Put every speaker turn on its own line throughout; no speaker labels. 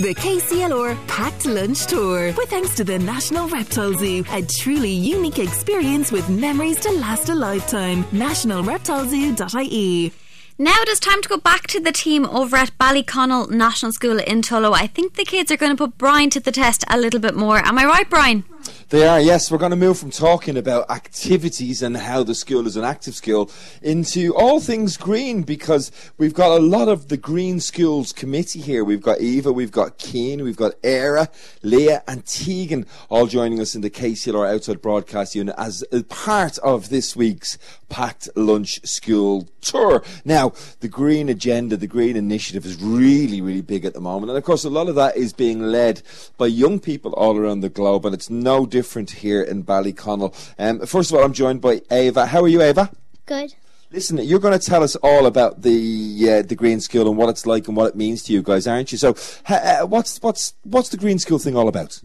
The KCLR Packed Lunch Tour. With thanks to the National Reptile Zoo, a truly unique experience with memories to last a lifetime. NationalReptileZoo.ie.
Now it is time to go back to the team over at Ballyconnell National School in Tullow. I think the kids are going to put Brian to the test a little bit more. Am I right, Brian?
They are, yes. We're going to move from talking about activities and how the school is an active school into all things green because we've got a lot of the Green Schools Committee here. We've got Eva, we've got Keane, we've got Era, Leah, and Tegan all joining us in the KCLR Outside Broadcast Unit as a part of this week's Packed Lunch School Tour. Now, the green agenda, the green initiative is really, really big at the moment. And of course, a lot of that is being led by young people all around the globe, and it's no different here in Ballyconnell. Um, first of all, I'm joined by Ava. How are you, Ava?
Good.
Listen, you're going to tell us all about the uh, the green school and what it's like and what it means to you guys, aren't you? So, ha- uh, what's what's what's the green school thing all about?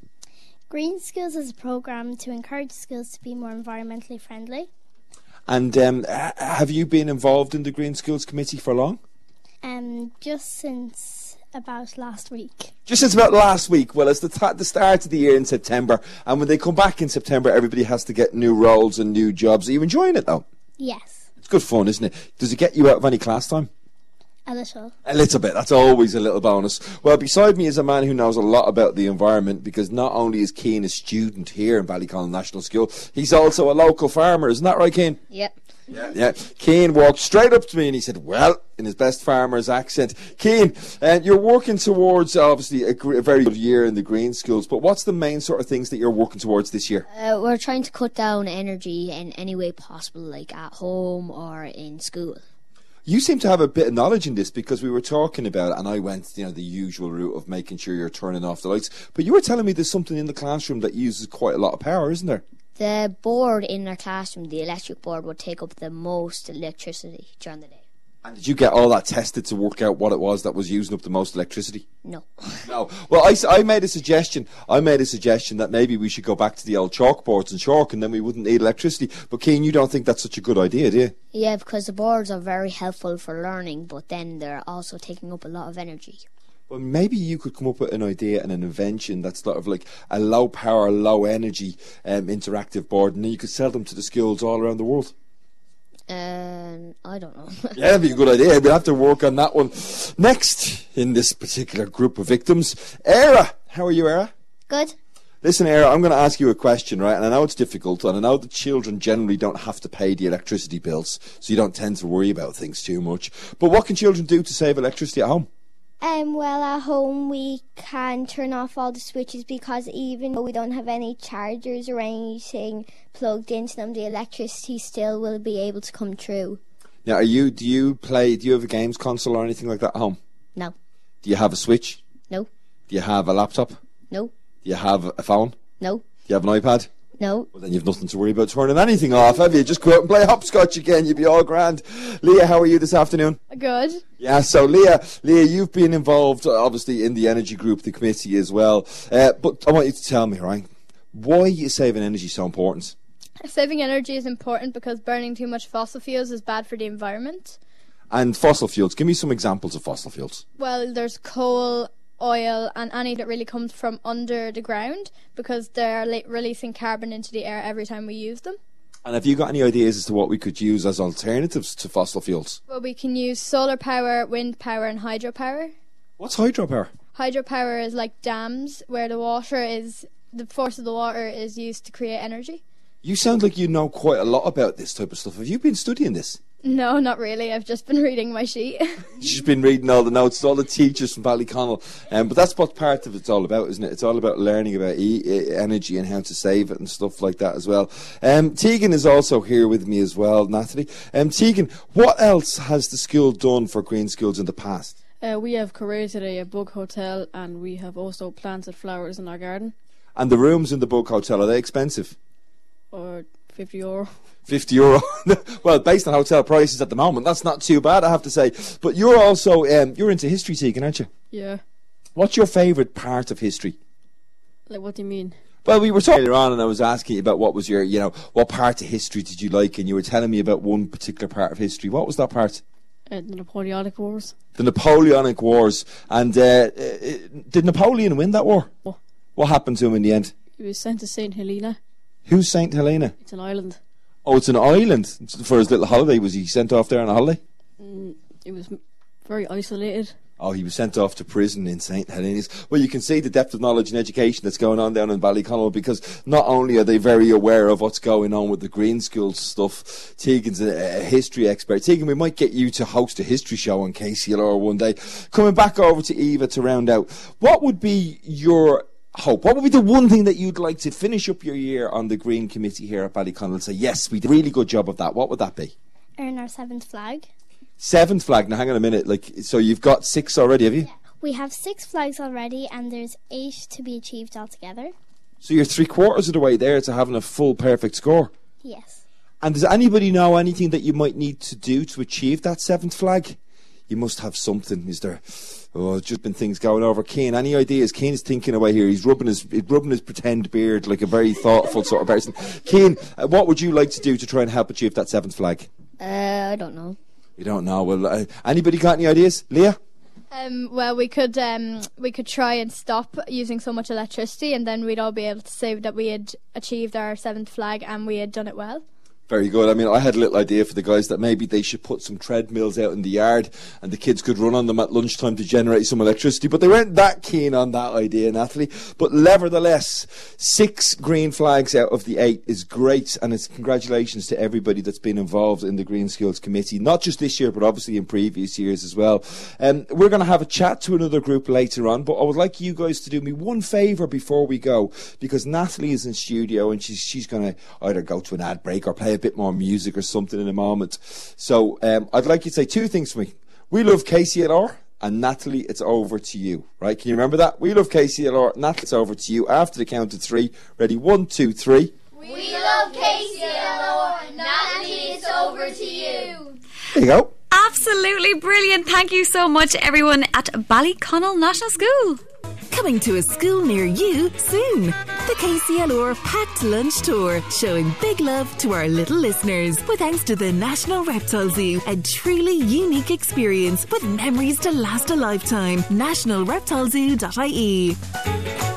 Green Schools is a program to encourage schools to be more environmentally friendly.
And um, ha- have you been involved in the Green Schools Committee for long?
Um, just since about last week.
Just since about last week. Well, it's the, t- the start of the year in September, and when they come back in September, everybody has to get new roles and new jobs. Are you enjoying it though?
Yes,
It's good fun, isn't it? Does it get you out of any class time?
a little.
A little bit. That's always a little bonus. Well, beside me is a man who knows a lot about the environment because not only is Keane a student here in Ballyconnell National School, he's also a local farmer. Isn't that right, Keane?
Yep.
Yeah. yeah. Keane walked straight up to me and he said, Well, in his best farmer's accent, Keane, uh, you're working towards obviously a, gr- a very good year in the green schools, but what's the main sort of things that you're working towards this year?
Uh, we're trying to cut down energy in any way possible, like at home or in school.
You seem to have a bit of knowledge in this because we were talking about it and I went, you know, the usual route of making sure you're turning off the lights. But you were telling me there's something in the classroom that uses quite a lot of power, isn't there?
The board in our classroom, the electric board, would take up the most electricity during the day.
And did you get all that tested to work out what it was that was using up the most electricity?
No.
No. Well, I, s- I made a suggestion. I made a suggestion that maybe we should go back to the old chalkboards and chalk and then we wouldn't need electricity. But Keane, you don't think that's such a good idea, do you?
yeah, because the boards are very helpful for learning, but then they're also taking up a lot of energy.
Well, maybe you could come up with an idea and an invention that's sort of like a low power, low energy um, interactive board, and then you could sell them to the schools all around the world.
Um, I don't know.
Yeah, that'd be a good idea. We'll have to work on that one. Next, in this particular group of victims, Era. How are you, Era?
Good.
Listen, Era, I'm going to ask you a question, right? And I know it's difficult, and I know that children generally don't have to pay the electricity bills, so you don't tend to worry about things too much. But what can children do to save electricity at home?
Um, well, at home we can turn off all the switches because even though we don't have any chargers or anything plugged into them, the electricity still will be able to come through.
Now, are you? Do you play? Do you have a games console or anything like that at home?
no.
Do you have a Switch?
No.
Do you have a laptop? Do
No.
you have a phone? Do
No.
you have an iPad?
No.
Well, then you've nothing to worry about turning anything off, have you? Just go out and play hopscotch again. You'll be all grand. Leah, how are you this afternoon?
Good.
Yeah, so Leah, Leah, you've been involved uh, obviously in the energy group, the committee as well. Uh, but I want you to tell me, right? Why is saving energy so important?
Saving energy is important because burning too much fossil fuels is bad for the environment.
And fossil fuels. Give me some examples of fossil fuels.
Well, there's coal, oil, and any that really comes from under the ground because they're le- releasing carbon into the air every time we use them.
And have you got any ideas as to what we could use as alternatives to fossil fuels?
Well, we can use solar power, wind power, and hydropower.
What's hydropower?
Hydropower is like dams where the water is, the force of the water is used to create energy.
You sound like you know quite a lot about this type of stuff. Have you been studying this?
No, not really. I've just been reading my sheet.
She's been reading all the notes, all the teachers from Ballyconnell. Um, but that's what part of it's all about, isn't it? It's all about learning about e- e- energy and how to save it and stuff like that as well. Um, Tegan is also here with me as well, Natalie. Um, Tegan, what else has the school done for green schools in the past?
Uh, we have created a bug hotel and we have also planted flowers in our garden
And the rooms in the Bug Hotel, are they expensive?
or 50 euro.
50 euro. well, based on hotel prices at the moment, that's not too bad, I have to say. But you're also, um, you're into history, Tegan, aren't you?
Yeah.
What's your favourite part of history?
Like, what do you mean?
Well, we were talking earlier on, and I was asking you about what was your, you know, what part of history did you like, and you were telling me about one particular part of history. What was that part?
Uh, the Napoleonic Wars?
The Napoleonic Wars. And uh, uh, Did Napoleon win that war?
No.
What happened to him in the end?
He was sent to St. Helena.
Who's Saint Helena?
It's an island.
Oh, it's an island. It's For his little holiday, was he sent off there on a holiday?
It was m- very isolated.
Oh, he was sent off to prison in St. Helena's. Well, you can see the depth of knowledge and education that's going on down in Ballyconnell because not only are they very aware of what's going on with the Green School stuff, Tegan's a, a history expert. Tegan, we might get you to host a history show on KCLR one day. Coming back over to Eva to round out, what would be your hope? What would be the one thing that you'd like to finish up your year on the Green Committee here at Ballyconnell and say, yes, we did a really good job of that? What would that be?
Earn our seventh flag.
Seventh flag. Now, hang on a minute. Like, so you've got six already, have you?
We have six flags already, and there's eight to be achieved altogether.
So you're three quarters of the way there to having a full perfect score.
Yes.
And does anybody know anything that you might need to do to achieve that seventh flag? You must have something. Is there? Oh, it's just been things going over. Keane, any ideas? Keane's thinking away here. He's rubbing his he's rubbing his pretend beard like a very thoughtful sort of person. Keane, uh, what would you like to do to try and help achieve that seventh flag?
Uh, I don't know.
You don't know. Well, uh, anybody got any ideas? Leah,
Um, well, we could um, we could try and stop using so much electricity, and then we'd all be able to say that we had achieved our seventh flag and we had done it well.
very good. I mean, I had a little idea for the guys that maybe they should put some treadmills out in the yard and the kids could run on them at lunchtime to generate some electricity, but they weren't that keen on that idea, Natalie. But nevertheless, six green flags out of the eight is great, and it's congratulations to everybody that's been involved in the Green Skills Committee, not just this year, but obviously in previous years as well. Um, we're going to have a chat to another group later on, but I would like you guys to do me one favour before we go, because Natalie is in studio and she's, she's going to either go to an ad break or play a bit more music or something in a moment. So um, I'd like you to say two things for me. We love KCLR. And Natalie, it's over to you, right? Can you remember that? We love KCLR. Natalie, it's over to you. After the count of three, ready? One, two, three. We love KCLR. Natalie, it's over to you. There you go.
Absolutely brilliant. Thank you so much, everyone at Ballyconnell National School.
Coming to a school near you soon. The KCLR Packed Lunch Tour, showing big love to our little listeners. With thanks to the National Reptile Zoo, a truly unique E. experience with memories to last a lifetime. NationalReptileZoo.ie.